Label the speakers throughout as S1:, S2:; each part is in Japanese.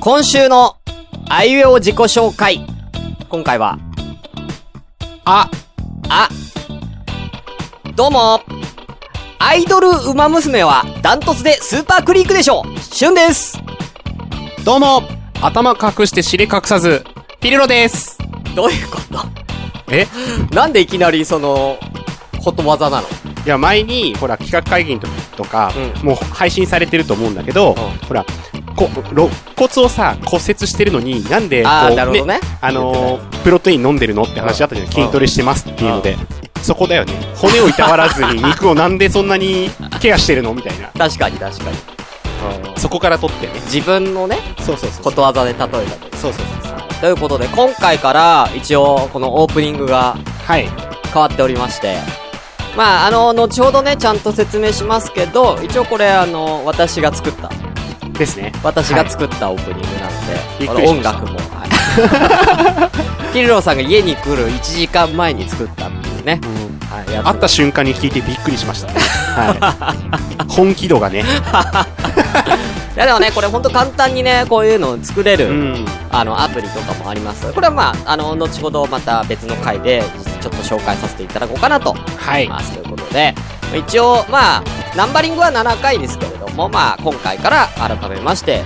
S1: 今週の、あいうえお自己紹介。今回は、
S2: あ、
S1: あ。どうも。アイドルウマ娘はダントツでスーパークリークでしょう。シュンです。
S2: どうも頭隠して尻隠さず、ピリロです
S1: どういうこ
S2: え
S1: となんでいきなりその、ことわざなの
S2: いや、前に、ほら、企画会議の時とか、もう配信されてると思うんだけど、
S1: ん
S2: ほら、こ、肋骨をさ、骨折してるのに、なんで、こ
S1: あー、
S2: う
S1: なるほどね。
S2: あのー、プロテイン飲んでるのって話あったじゃん。
S1: うん
S2: 筋トレしてますっていうので。そこだよね。骨をいたわらずに肉をなんでそんなにケアしてるのみたいな。
S1: 確かに確かに。
S2: そこから取ってね。
S1: 自分のね、
S2: そうそうそう。
S1: ことわざで例えたと。
S2: そうそうそう。
S1: ということで、今回から一応このオープニングが
S2: はい。
S1: 変わっておりまして、まあ、あの、後ほどね、ちゃんと説明しますけど、一応これ、あの、私が作った、
S2: ですね。
S1: 私が作ったオープニングなんで、
S2: びっ
S1: こ
S2: く
S1: の
S2: りし
S1: 音
S2: ました
S1: 楽も、はいキリロさんが家に来る1時間前に作ったっていうね、
S2: うん
S1: はい、やつ
S2: 会った瞬間に聞いてびっくりしましたね。はい。本気度がね。
S1: いやでもね、これほんと簡単にね、こういうのを作れる、
S2: うん。
S1: あの、アプリとかもあります。これはまあ、あの、後ほどまた別の回で、ちょっと紹介させていただこうかなと思
S2: はいい。
S1: ます。ということで、一応、まあ、ナンバリングは7回ですけれども、まあ、今回から改めまして、ね、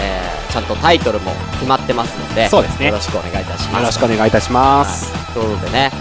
S1: えー、ちゃんとタイトルも決まってますので、
S2: そうですね
S1: よろしくお願いいたします。
S2: よろしくお願いいたします。
S1: はい。ということでね、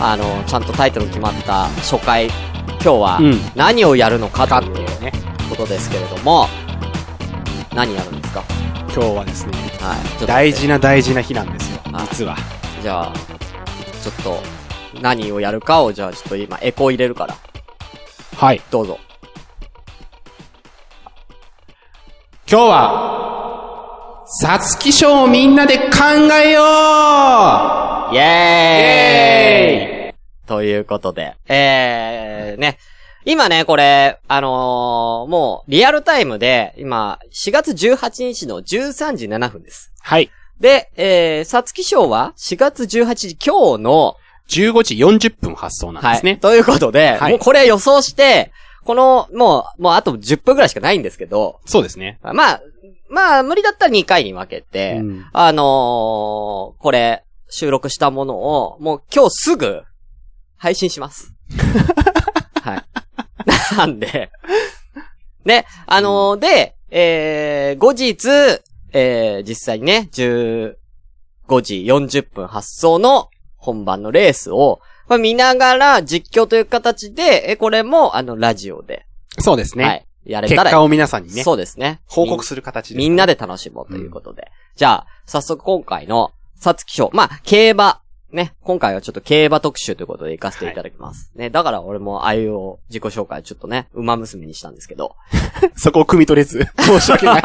S1: あの、ちゃんとタイトル決まった初回、今日は
S2: うん
S1: 何をやるのか
S2: か
S1: と
S2: って
S1: いう
S2: いうね。
S1: ことですけれども、何やるんですか
S2: 今日はですね、
S1: はい。ちょっと
S2: 大事な大事な日なんですよ。実は。
S1: じゃあ、ちょっと、何をやるかを、じゃあちょっと今、エコー入れるから、
S2: はい。
S1: どうぞ。
S2: 今日は、さつき賞をみんなで考えよう
S1: イエーイということで、えー、ね。今ね、これ、あのー、もう、リアルタイムで、今、4月18日の13時7分です。
S2: はい。
S1: で、えー、さつき賞は4月18日今日の、
S2: 15時40分発送なん
S1: は
S2: です
S1: い。
S2: ね。
S1: ということで、
S2: はい
S1: もうこれ予想して、この、もう、もうあと10分くらいしかないんですけど、
S2: そうですね。
S1: まあ、まあ、無理だったら2回に分けて、
S2: うん
S1: あのー、これ、収録したものを、もう今日すぐ、配信し ます。はい。なんで、ね、あのー、で、えー、後日、えー、実際にね、15時40分発送の本番のレースを、まあ、見ながら実況という形で、え、これも、あの、ラジオで、
S2: そうですね。
S1: はい、やれ
S2: 結
S1: たら、
S2: 果を皆さんにね、
S1: そうですね。
S2: 報告する形で。
S1: みんなで楽しもうということで。じゃあ、早速今回の、さつき賞。まあ、競馬。ね。今回はちょっと競馬特集ということで行かせていただきます。ね。だから俺もあいうを自己紹介ちょっとね、馬娘にしたんですけど。
S2: そこを汲み取れ ず、申し訳ない。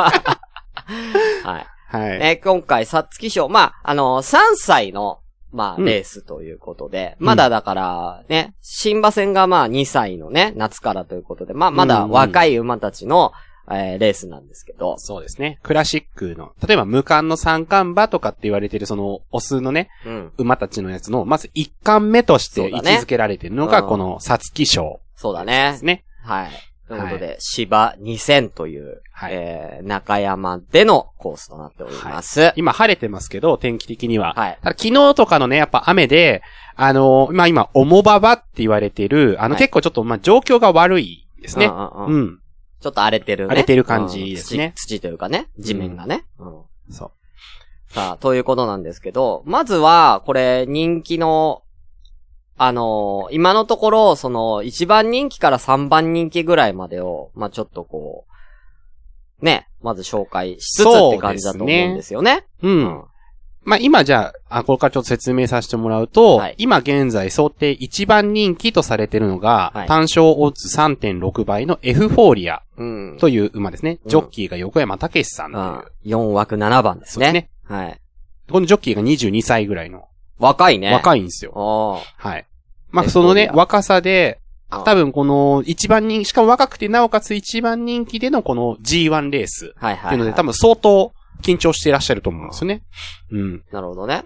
S1: は。
S2: はいい。
S1: ね、今回さつき賞。まあ、あのー、3歳の、まあ、
S2: うん
S1: レースということで。
S2: うん
S1: まだだから、ね、新馬戦がまあ2歳のね、夏からということで、まあ、まだ若い馬たちの、えーレースなんですけど。
S2: そうですね。クラシックの、例えば無冠の三冠馬とかって言われてるその、オスのね、
S1: うん。
S2: 馬たちのやつの、まず一冠目として
S1: そう
S2: 位
S1: だ
S2: 置
S1: ね
S2: づけられてるのが、
S1: うん
S2: この、さつき賞
S1: そうだ
S2: で
S1: ね
S2: す。ね。
S1: はい。ということで、芝2000という、
S2: はい
S1: えー、中山でのコースとなっております。
S2: 今晴れてますけど、天気的には。
S1: はい
S2: ただ昨日とかのね、やっぱ雨で、あのーまあ、今、おもばばって言われてる、あの、
S1: はい
S2: 結構ちょっと、まあ、状況が悪いですね
S1: う。んうん
S2: う
S1: うん
S2: ん。
S1: ちょっと荒れてるね。
S2: 荒れてる感じですね
S1: うん土。土というかね、地面がね。うん
S2: そう。
S1: さあ、ということなんですけど、まずは、これ、人気の、あのー今のところ、その、1番人気から3番人気ぐらいまでを、まあ、ちょっとこう、ね、まず紹介しつつって感じだと思うんですよね。
S2: うん。まあ、今じゃあ、あこれからちょっと説明させてもらうと、
S1: はい
S2: 今現在想定一番人気とされてるのが、
S1: はい
S2: 単勝オッズ3.6倍のエフフォーリア
S1: うん。
S2: という馬ですね。
S1: うん
S2: ジョッキーが横山武史さんという。
S1: あ4枠7番です
S2: そうです
S1: ね。
S2: ね。
S1: はい。
S2: このジョッキーが22歳ぐらいの、
S1: 若いね。い。
S2: 若いんですよ。
S1: あ
S2: はい。ま
S1: え
S2: あ、その
S1: どう
S2: ね、
S1: だ
S2: 若さで、
S1: あ。
S2: 多分この一番人気、しかも若くてなおかつ一番人気でのこの G1 レースっ
S1: はいはい、
S2: て
S1: はいい。
S2: うので、多分相当緊張していらっしゃると思うんですよね。うん。
S1: なるほどね。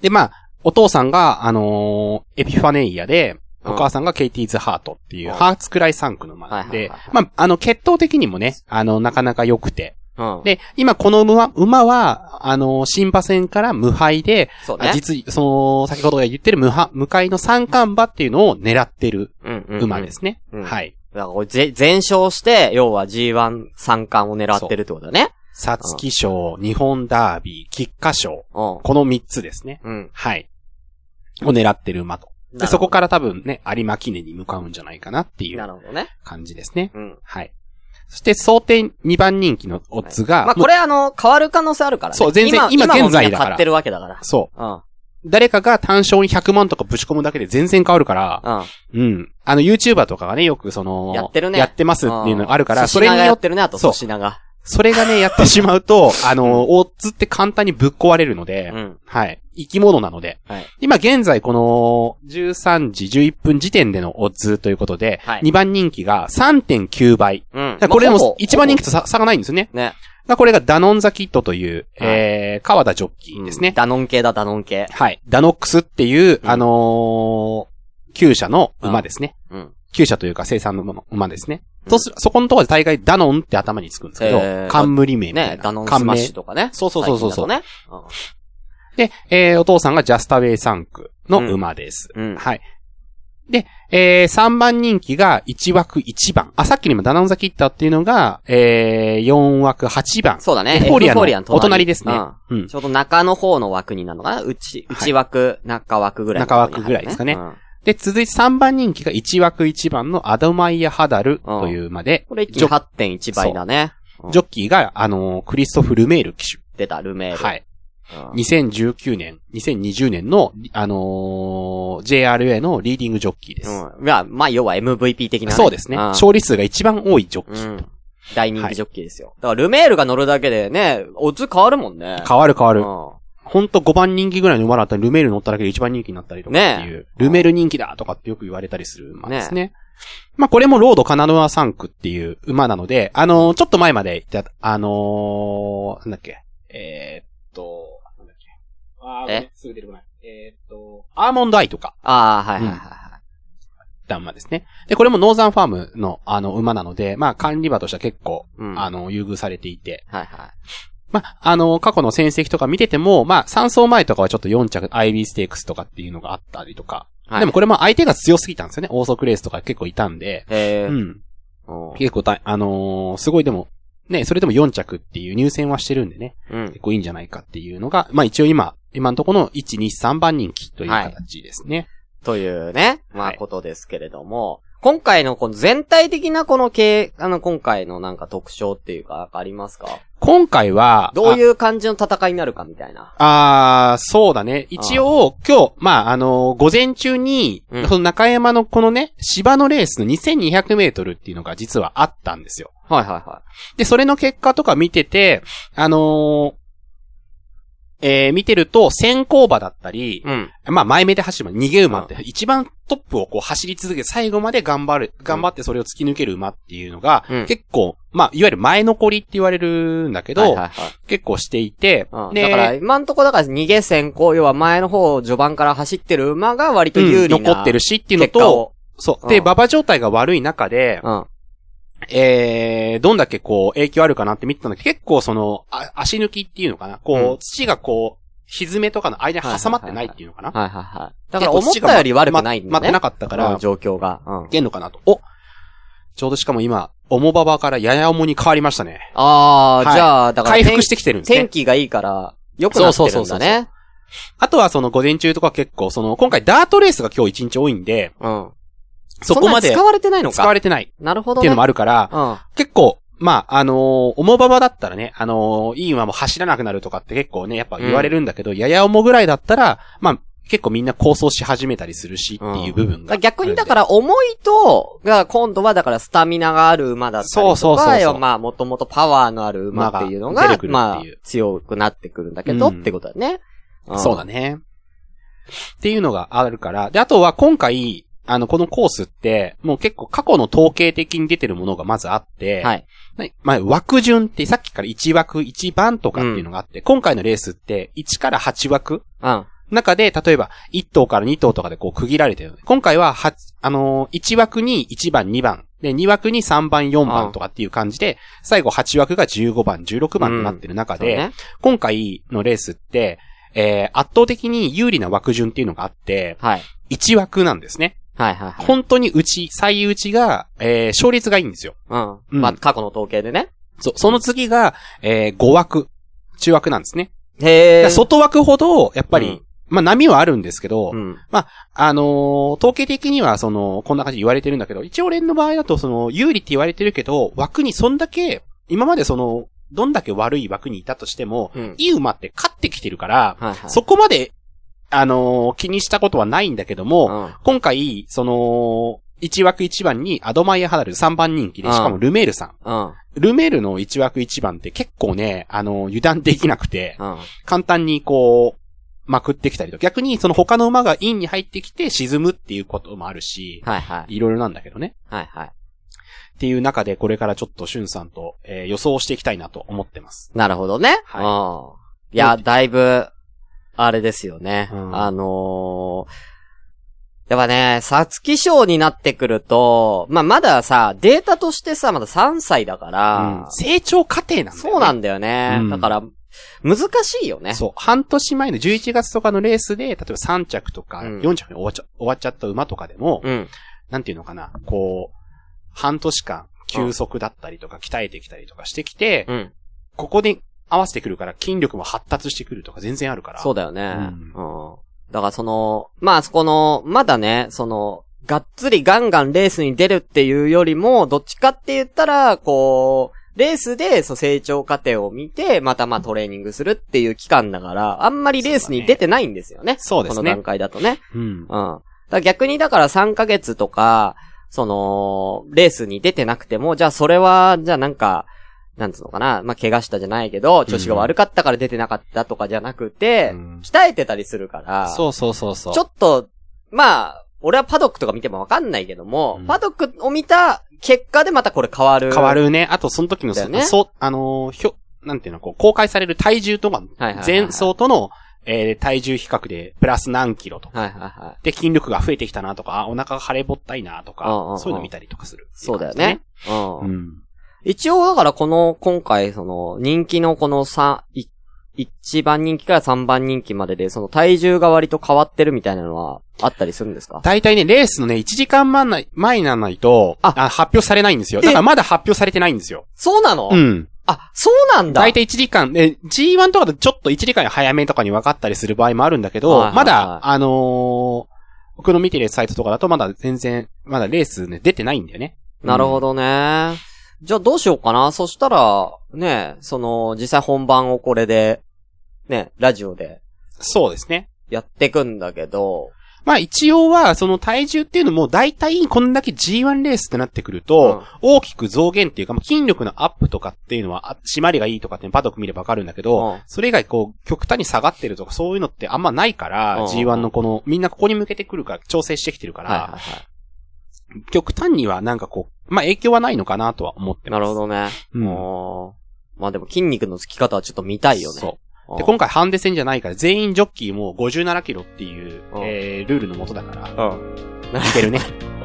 S2: で、まあ、お父さんが、あのーエピファネイアで、
S1: うん
S2: お母さんがケイティーズ・ハートっていう
S1: ん
S2: う、ハーツクライサンクの間
S1: はいはい
S2: で
S1: はいはい、
S2: まあ、あの、血統的にもね、あの、なかなか良くて、
S1: うん。
S2: で、今この馬馬は、あの、新馬戦から無敗で、
S1: そう
S2: あ
S1: ね。
S2: 実に、その、先ほど言ってる無敗、無敗の三冠馬っていうのを狙ってる
S1: うんうんうん
S2: 馬で。すね。
S1: うん
S2: はい。
S1: だからこれぜ、全勝して、要は G1 三冠を狙ってるってことだね。
S2: 皐月賞、日本ダービー、菊花賞、
S1: う
S2: この三つですね。
S1: ん。うん。
S2: はい。を狙ってる馬
S1: なる
S2: と。
S1: ほど
S2: で、そこから多分ね、有馬記念に向かうんじゃないかなってい
S1: な
S2: う
S1: るほどね。
S2: 感じですね。
S1: うん。
S2: はい。そして、想定2番人気のオッズが、
S1: まあ、これあの、変わる可能性あるからね。
S2: そう全然
S1: も
S2: 今
S1: みんな
S2: 現在だから
S1: 買ってるわけだから。
S2: そう誰かが単勝に100万とかぶち込むだけで全然変わるから、
S1: ん。うん。
S2: うん。あの、YouTuber とかがね、よくその、
S1: やってるね
S2: やってますっていうのがあるから、
S1: そ
S2: そ
S1: れ
S2: れ
S1: に
S2: に
S1: や
S2: よ
S1: っ
S2: ってて、
S1: るね、あと
S2: そう
S1: 粗品が。
S2: それがね、やってしまう と、あの、オッズって簡単にぶっ壊れるの
S1: う
S2: で、
S1: ん。
S2: はい。生き物なので、
S1: はい
S2: 今現在この、13時11分時点でのオッズということで、
S1: はい
S2: 2番人気が3.9倍。
S1: うん
S2: だからこれで
S1: まあほ
S2: も
S1: ぼ
S2: 1番人気とさ差がないんですよね。
S1: ね。
S2: だからこれがダノンザキットという、
S1: はい
S2: えー、川田ジョッキーですね。
S1: ダノン系だ、ダノン系。
S2: はい。ダノックスっていう、
S1: うん
S2: あのー、厩舎の馬ですね。
S1: うん。
S2: 厩舎というか生産の馬の馬ですね。
S1: うん
S2: そうする、そこのところで大概ダノンって頭につくんですけど、
S1: へー
S2: 冠名みたい
S1: ね、
S2: な。
S1: ダノンスマッシュとかね。
S2: そうそうそうそうそう
S1: 最近だとね。
S2: 冠名で、えー、お父さんがジャスタウェイ3区の馬です。
S1: うんうん
S2: はい。で、えー、3番人気が1枠1番。あ、さっきにもダノンザキッタっていうのが、えー、4枠8番。
S1: そうだね。
S2: エフフォリアのお隣ですね。
S1: うん
S2: うん
S1: ちょうど中の方の枠になるのかな内、内枠、中枠ぐらいのところに入る。
S2: 中枠ぐらいですかね
S1: うん
S2: で、続いて3番人気が1枠1番のアドマイア・ハダルという馬で、
S1: これ一気
S2: ジ
S1: に
S2: ョッ
S1: 8.1倍だね。
S2: ジョッキーが、あのークリストフ・ルメール騎
S1: 出た、ルメ
S2: 手。
S1: ール。
S2: はい。
S1: うん。
S2: 2019年、2020年の、あのー JRA のリーディングジョッキーです。
S1: うん。まあ、まあ、要は MVP 的なね。
S2: そうですね。
S1: ん
S2: 勝利数が一番多いジョッキ
S1: う
S2: ー。
S1: ん。大人気ジョッキーですよ。だから、ルメールが乗るだけでね、オッズ変わるもんね。
S2: 変わる変わ
S1: う
S2: る。
S1: ん。
S2: ほんと5番人気ぐらいの馬だったらルメール乗っただけで一番人気になったりとかっていう、
S1: ねえ
S2: ルメール人気だとかってよく言われたりする馬ですね。まあこれもロードカナノア3区っていう馬なので、あのーちょっと前まで言ってた、あのーなんだっけ、えー、っと、なんだっけ。あー
S1: え
S2: ごめんすぐ出てこない。えー、っと、アーモンドアイとか、
S1: ああ、はいはいはいは
S2: った馬ですね。で、これもノーザンファームの、あの、馬なので、まあ、管理馬としては結構、
S1: い。うん。
S2: あの、優遇されていて、
S1: はいはい。
S2: まあ、あの、過去の戦績とか見てても、まあ、3走前とかはちょっと4着、アイビーステークスとかっていうのがあったりとか、
S1: はい
S2: でもこれも相手が強すぎたんですよね。オーソクレースとか結構いたんで、
S1: へえ
S2: う。ん。
S1: うん
S2: 結構た、あのーすごいでも、ね、それでも4着っていう入選はしてるんでね、
S1: うん
S2: 結。構いいんじゃないかっていうのが、まあ一応今、今のところの1、2、3番人気という形ですね。
S1: というね、まあ
S2: はい
S1: ことですけれども、今回のこの全体的なこの系、あの今回のなんか特徴っていうかありますか
S2: 今回は、
S1: どういう感じの戦いになるかみたいな。
S2: あー、そうだね。一応、今日、まあ、あのー午前中に、
S1: うん
S2: その中山のこのね、芝のレースの2200メートルっていうのが実はあったんですよ。
S1: はいはいは
S2: で、それの結果とか見てて、あのーえー見てると、先行馬だったり
S1: い。、うん。
S2: まあ、前目で走る馬、逃げ馬って、一番トップをこう走り続け、最後まで頑張る、頑張ってそれを突き抜ける馬っていうのが、
S1: うん
S2: 結構、まあ、いわゆる前残りって言われるんだけど、
S1: はいはいはい
S2: 結構していて、
S1: うん、
S2: で
S1: だから、今んとこだから逃げ先行、要は前の方、序盤から走ってる馬が割と有利な、
S2: 残ってるしっていうの
S1: 結果
S2: と、
S1: を。
S2: そう。
S1: う
S2: で、
S1: ん
S2: 馬場状態が悪い中で、
S1: うん。
S2: えー、どんだけこう、影響あるかなって見てたんだけど、結構その、あ足抜きっていうのかな。こう、
S1: うん
S2: 土がこう、蹄めとかの間に挟まってないっていうのかな。
S1: はいはいはい。だから思ったより悪くないんだね。
S2: ま待ってなかったから、
S1: うん状況が。うん
S2: い。けんのかなと。おちょうどしかも今、おもばばからやや重に変わりましたね。
S1: ああ、
S2: はい
S1: じゃあ、だから
S2: 回
S1: 天、
S2: 復してきてるんです
S1: 天
S2: ね。
S1: 気がいいから、良くなってる
S2: そ
S1: ん
S2: うそ
S1: だ
S2: うそうそ
S1: ね。
S2: あとはその午前中とか結構、その、今回ダートレースが今日一日多いんで、
S1: うん。
S2: そこまで
S1: んなに使われてないのか。
S2: 使われてないっ
S1: なるほ
S2: て
S1: ど
S2: いう
S1: ね。
S2: のもあるから、
S1: うん。
S2: 結構、まあ、あのー、おもばばだったらね、あのー、いい馬も走らなくなるとかって結構ね、やっぱ言われるんだけど、ややおもぐらいだったら、まあ、結構みんな構想し始めたりするしっていう部分が、。
S1: 逆にだからら重いと、が今度はだからスタミナがある馬だったりとか、
S2: そうそうそうそう
S1: 要はまあもともとパワーのある馬っていうの
S2: 馬が
S1: が
S2: 出て、くるっていう
S1: まあ強くなってくるんだけど、
S2: うん
S1: ってことだね。ん
S2: そうだ。ね。っていうのがあるから、で、あとは今回、あの、このコースって、もう結構過去の統計的に出てるものがまずあって、
S1: はい。
S2: はい。まあ、枠順ってさっきから1枠1番とかっていうのがあって、今回のレースって1から8枠
S1: うん。
S2: 中で、例えば、1頭から2頭とかでこう区切られてる。今回は、は、あのー、1枠に1番、2番、で、2枠に3番、4番とかっていう感じで、最後8枠が15番、16番になってる中
S1: そう
S2: で、
S1: ね。
S2: 今回のレースって、えー、圧倒的に有利な枠順っていうのがあって、
S1: はい。
S2: 1枠なんですね。
S1: はいはいはい。
S2: 本当にうち、最内が、えー、勝率がいいんですよ。
S1: う。
S2: うんん
S1: まあ、過去の統計でね。
S2: そその次が、えー、5枠、中枠なんですね。
S1: へえ。
S2: だから外枠ほど、やっぱり、
S1: うん
S2: まあ波はあるんですけど、
S1: うん。
S2: あのー統計的には、その、こんな感じで言われてるんだけど、一応連の場合だと、その、有利って言われてるけど、枠にそんだけ、今までその、どんだけ悪い枠にいたとしても、
S1: うん。
S2: いい馬って勝ってきてるから、
S1: はいはい。
S2: そこまで、あのー気にしたことはないんだけども、
S1: うん。
S2: 今回、その、1枠1番にアドマイヤハダル3番人気で、
S1: うん
S2: しかもルメールさん。
S1: うん。
S2: ルメールの1枠1番って結構ね、あのー油断できなくて、
S1: うん。
S2: 簡単にこう、まくってきたりと、逆にその他の馬がインに入ってきて沈むっていうこともあるし、
S1: はいはい。
S2: いろいろなんだけどね。
S1: はいはい。
S2: っていう中でこれからちょっとしゅんさんと、えー予想していきたいなと思ってます。
S1: なるほどね。うん。いや、だいぶ、あれですよね。
S2: うん
S1: あのー、やっぱね、皐月賞になってくると、まあ、まださ、データとしてさ、まだ3歳だか
S2: うん
S1: ら、
S2: 成長過程なんだよね。
S1: そうなんだよね。
S2: うん
S1: だから、難しいよね。
S2: そう。半年前の11月とかのレースで、例えば3着とか
S1: うん
S2: 4着に終わっちゃ,、終わっちゃった馬とかでも、
S1: うん。
S2: なんていうのかな、こう、半年間休息だったりとか鍛えてきたりとかしてきて、
S1: うん。
S2: ここで合わせてくるから筋力も発達してくるとか全然あるから。
S1: そうだよね。う。
S2: うん
S1: だからその、まあそこの、まだね、その、がっつりガンガンレースに出るっていうよりも、どっちかって言ったら、こう、レースで、そう、成長過程を見て、またまあトレーニングするっていう期間だから、あんまりレースに出てないんですよね。
S2: そうです
S1: この
S2: ね
S1: 段。階だとね。
S2: うん。
S1: うん。だから逆にだから3ヶ月とか、その、レースに出てなくても、じゃあそれは、じゃあなんか、なんつうのかな、まあ、怪我したじゃないけど、調子が悪かったから出てなかったとかじゃなくて、
S2: うん
S1: 鍛えてたりするから、
S2: そうそうそうそう。
S1: ちょっと、まあ、俺はパドックとか見てもわかんないけども、
S2: うん
S1: パドックを見た結果でまたこれ変わる。
S2: 変わ。るね。あと、その時の
S1: だ
S2: そ、
S1: よね
S2: そう、あのーひょ、なんていうの、こう、公開される体重とか
S1: はいはいは、い
S2: 前走との、えー体重比較で、プラス何キロとか。
S1: はいはいはい。
S2: で、筋力が増えてきたなとか、あお腹が腫れぼったいなと
S1: うんうんう
S2: か
S1: ん、
S2: そういうの見たりとかする。
S1: そうだよね。。うん。
S2: うん。
S1: 一応だからこの、今回その、人気のこの3、い一番人気から三番人気までで、その体重が割と変わってるみたいなのはあったりするんですか
S2: 大体ね、レースのね、1時間前な前にならないと、
S1: あ
S2: あ発表されないんですよ。だからまだ発表されてないんですよ。
S1: そうなの、
S2: うん。
S1: あ、そうなんだ。
S2: 大体1時間、え、G1 とかだとちょっと1時間早めとかに分かったりする場合もあるんだけど、
S1: はいはいはい
S2: まだ、あのー僕の見てるサイトとかだとまだ全然、まだレースね、出てないんだよね。
S1: なるほどね。じゃあどうしようかな。そしたら、ね、その、実際本番をこれで、ね、ラジオで
S2: そうですね。
S1: やってくんだけど、
S2: まあ一応は、その体重っていうのも大体こんだけ G1 レースってなってくると、
S1: うん
S2: 大きく増減っていうか、まあ、筋力のアップとかっていうのは、あ締まりがいいとかってパドック見ればわかるんだけ
S1: う
S2: ど、
S1: ん
S2: それ以外こう、極端に下がってるとかそういうのってあんまないから、
S1: うん
S2: G1 のこの、みんなここに向けてくるから、調整してきてるから、
S1: はいはいはい。
S2: 極端にはなんかこう、まあ影響はないのかなとは思ってま
S1: な
S2: す。
S1: るほ。どね。
S2: うん。
S1: もうまあでも筋肉のつき方はちょっと見たいよね。
S2: そう。
S1: う
S2: で、
S1: ん
S2: 今回ハンデ戦じゃないから、全員ジョッキーも57キロっていう
S1: う、ん
S2: えー、ルールのもとだから、い
S1: い
S2: けるね。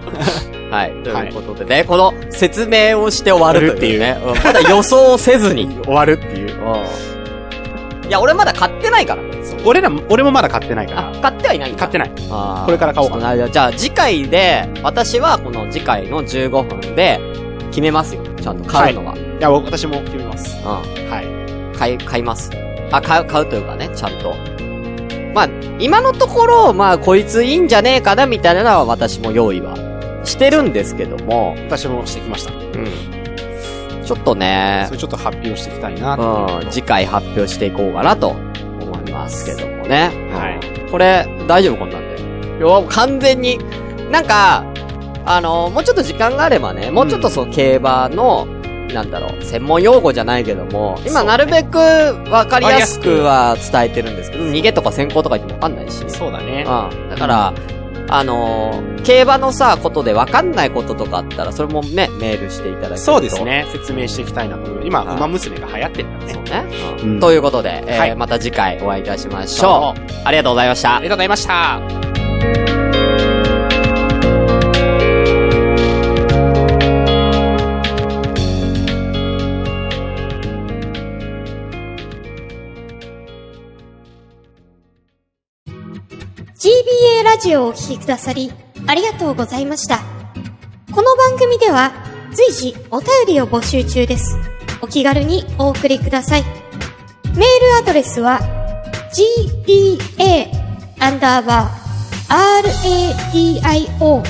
S1: はい。ということでね、この説明をして終わるっていうね。うんまだ予想をせずに。
S2: 終わるっていう。
S1: いや、俺まだ買ってないから。
S2: 俺ら、俺もまだ買ってないか
S1: あ
S2: ら、、
S1: 買ってはいないんだ
S2: 買ってない。
S1: あー
S2: これから買おうかな
S1: ちょっとじゃあ次回で、私はこの次回の15分で決めますよ。ちゃんと買うのは。
S2: いや、私も決めます。
S1: う
S2: はい。
S1: ん。買い、買います。あ、買う、買うというかね、ちゃんと。まあ、今のところ、まあ、こいついいんじゃねえかな、みたいなのは私も用意はしてるんですけども、
S2: 私もしてきました。
S1: うん。ちょっとね
S2: そ、れちょっと発表していきたいなと。
S1: うん、次回発表していこうかなと思いますけどもね。
S2: はい
S1: うん。これ、大丈夫こんなんで。いや、完全に、なんか、あの、もうちょっと時間があればね、もうちょっとその競馬の、なんだろう、専門用語じゃないけども、今
S2: そうね
S1: なるべくわかりやすくは
S2: わ
S1: 伝えてるんですけど、逃げとか先行とか言ってもわかんないし。
S2: そうだね。
S1: うん。だから、あのー競馬のさ、ことで分かんないこととかあったら、それもね、メールしていただけると。
S2: そうです。ね。説明していきたいなと思う。今、
S1: はい
S2: 馬娘が流行ってるからね。
S1: そうね。
S2: うん
S1: ということで、えー
S2: はい
S1: また次回お会いいたしまし
S2: そ
S1: ょ
S2: う
S1: う。ありがとうございました。
S2: ありがとうございました。
S3: GBA ラジオをお聴きくださり、ありがとうございました。この番組では、随時お便りを募集中です。お気軽にお送りください。メールアドレスは、gba, アンダーバー、radio,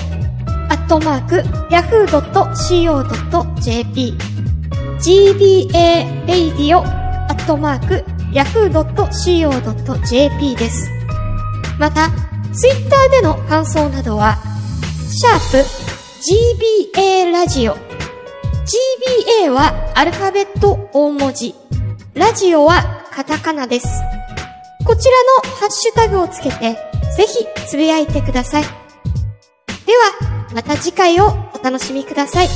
S3: アットマーク、yahoo.co.jp gba-radio アットマーク yahoo.co.jp です。また、ツイッターでの感想などは、シャープ gba ラジオ gba はアルファベット大文字。ラジオはカタカナです。こちらのハッシュタグをつけて、ぜひつぶやいてください。では、また次回をお楽しみください。